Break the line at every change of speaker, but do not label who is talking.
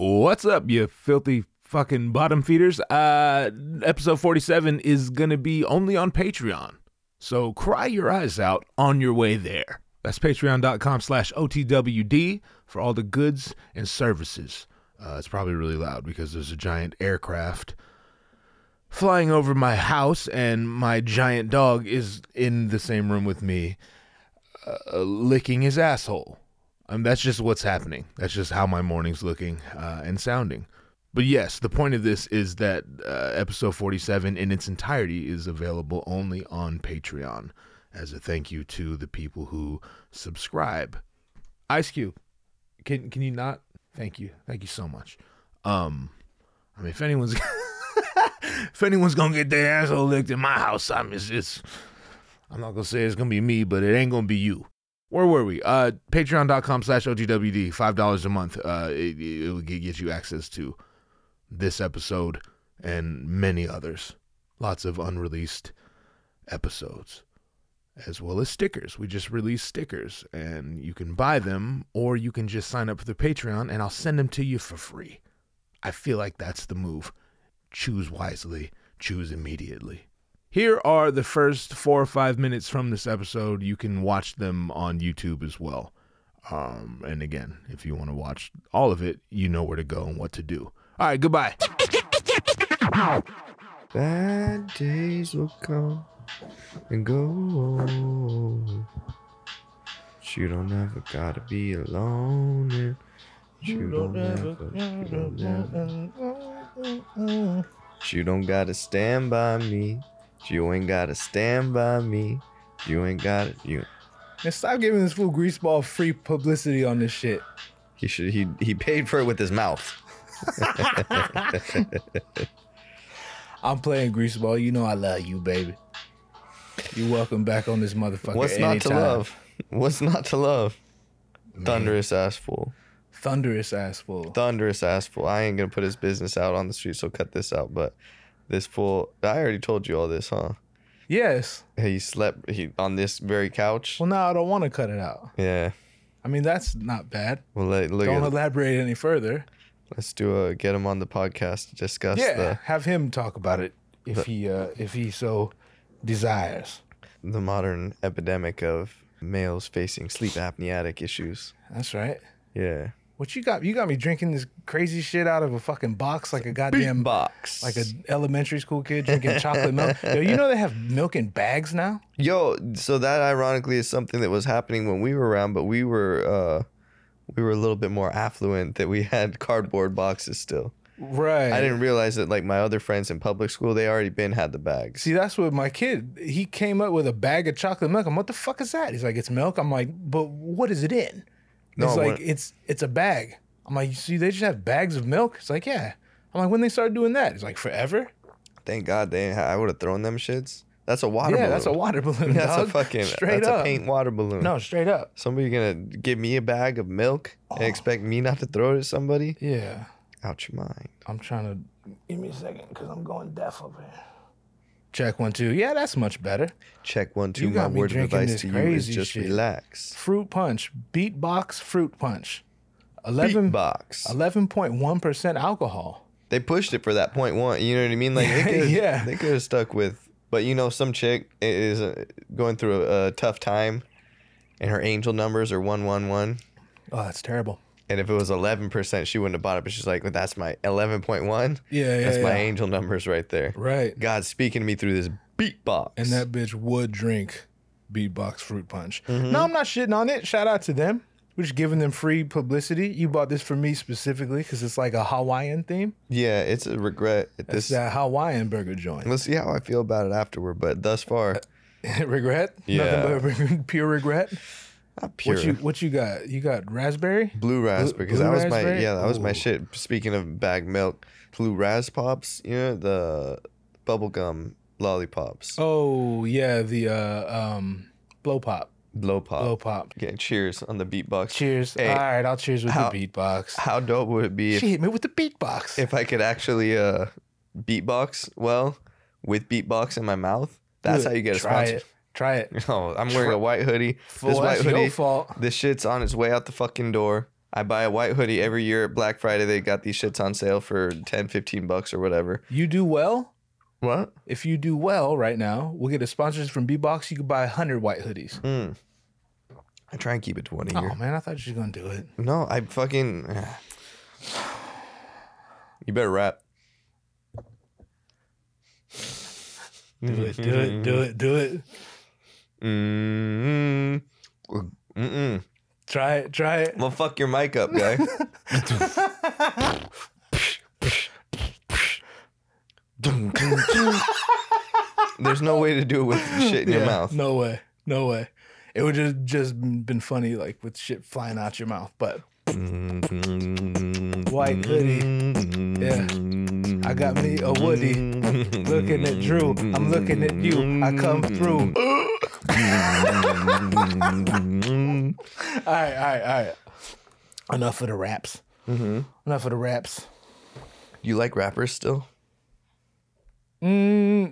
What's up, you filthy fucking bottom feeders? Uh, episode 47 is gonna be only on Patreon. So cry your eyes out on your way there. That's patreon.com slash OTWD for all the goods and services. Uh, it's probably really loud because there's a giant aircraft flying over my house, and my giant dog is in the same room with me, uh, licking his asshole. Um, that's just what's happening. That's just how my morning's looking uh, and sounding. But yes, the point of this is that uh, episode 47 in its entirety is available only on Patreon as a thank you to the people who subscribe. Ice Cube, can can you not? Thank you, thank you so much. Um, I mean, if anyone's if anyone's gonna get their asshole licked in my house, I'm it's, it's I'm not gonna say it's gonna be me, but it ain't gonna be you where were we? Uh, Patreon.com slash OGWD, $5 a month. Uh, it, it will get you access to this episode and many others. Lots of unreleased episodes, as well as stickers. We just released stickers, and you can buy them, or you can just sign up for the Patreon, and I'll send them to you for free. I feel like that's the move. Choose wisely, choose immediately. Here are the first four or five minutes from this episode. You can watch them on YouTube as well. Um, and again, if you want to watch all of it, you know where to go and what to do. All right, goodbye.
Bad days will come and go. But you don't ever gotta be alone. And you don't ever, you don't ever. You don't gotta stand by me. You ain't gotta stand by me. You ain't gotta. You.
Man, stop giving this fool greaseball free publicity on this shit.
He should. He he paid for it with his mouth.
I'm playing greaseball. You know I love you, baby. You welcome back on this motherfucker.
What's not to
anytime.
love? What's not to love? Thunderous ass fool.
Thunderous ass fool.
thunderous ass fool. I ain't gonna put his business out on the street, so cut this out. But this fool, I already told you all this, huh?
yes.
He slept he on this very couch.
Well, now I don't want to cut it out.
Yeah.
I mean, that's not bad.
Well, let, look
don't
at,
elaborate any further.
let's do a get him on the podcast to discuss
yeah, have him talk about it if he uh, if he so desires.
the the modern epidemic of males facing sleep apneatic issues.
That's right.
Yeah.
What you got? You got me drinking this crazy shit out of a fucking box like a goddamn
Box.
like a elementary school kid drinking chocolate milk. Yo, you know they have milk in bags now.
Yo, so that ironically is something that was happening when we were around, but we were uh we were a little bit more affluent that we had cardboard boxes still.
Right.
I didn't realize that like my other friends in public school, they already been had the bags.
See, that's what my kid. He came up with a bag of chocolate milk. I'm, what the fuck is that? He's like, it's milk. I'm like, but what is it in?
No,
it's
I
like
want-
it's it's a bag. I'm like, you see, they just have bags of milk. It's like, yeah. I'm like, when they started doing that, it's like forever.
Thank God they ain't ha- I would have thrown them shits. That's a water
yeah,
balloon.
that's a water balloon.
That's
dog.
a fucking
straight
that's
up.
a paint water balloon.
No, straight up.
Somebody gonna give me a bag of milk
Oh.
and expect me not to throw it at somebody?
Yeah,
Out your mind.
I'm trying to give me a second because I'm going deaf over here. Check one two. Yeah, that's much better.
Check one, two,
You
my
got me
word of
drinking
advice
this
to you is
crazy
just
shit.
relax.
Fruit punch, beatbox fruit punch, eleven
Beatbox.
eleven point one percent alcohol.
they pushed it for that point one. You know what I mean? Like they could
Yeah.
they could have stuck with. But you know, some chick i- is uh, going through a, a tough time, and her angel numbers are one one one.
Oh, that's terrible.
And if it was eleven percent, she wouldn't have bought it. But she's like, well, "That's my eleven point one.
Yeah, yeah,
That's my
yeah.
angel numbers right there.
Right.
God's speaking to me through this beatbox."
And that bitch would drink beatbox fruit punch.
Mm-hmm.
No, I'm not shitting on it. Shout out to them. We're just giving them free publicity. You bought this for me specifically because it's like a Hawaiian theme.
yeah, it's a regret. at
It's
This
that Hawaiian burger joint.
let's see how I feel about it afterward. But
Uh,
thus far,
regret?
Yeah.
Nothing but pure regret.
not pure.
What you what you got? You got raspberry?
Blue raspberry because
blue
that was my
raspberry?
yeah that was my
Ooh.
shit. Speaking of bag milk, blue ras pops, you know the bubblegum lollipops,
Oh yeah, the uh um blow pop.
blow pop.
Blow pop.
Yeah, cheers on the beatbox.
Cheers.
Hey.
All right, I'll cheers with
How-
the beatbox.
How dope would it be if,
She hit me with the beatbox.
if I could actually uh beatbox well with beatbox in my mouth? That's
Do
how
it.
you get a
Try
sponsor.
It. Try it.
Oh, I'm wearing a white hoodie.
Well,
this white
that's your
hoodie.
fault.
This shit's on its way out the fucking door. I buy a white hoodie every year at Black Friday. They got these shits on sale for 10, 15 bucks or whatever.
You do well.
What?
If you do well right now, we'll get a sponsorship from B-Box. You could buy 100 white hoodies.
Mm. I try and keep it to one a year.
Oh, man, I thought you were going to do it.
No, I fucking. You better rap.
Do it, do it, do it, do it.
Mm-mm. Mm-mm.
Try it, try it.
Well, Mm-hmm. fuck your mic up, guy. There's no way to do it with shit in your
Yeah,
mouth.
No way. No way. It would have just been funny, like with shit flying out your mouth. But White hoodie. Yeah. I got me a Woody. Looking at Drew. I'm looking at you. I come through.
Mm-hmm.
all right, all right, all right. Enough of the raps.
Mm-hmm.
Enough of the raps.
You like rappers still?
Mm.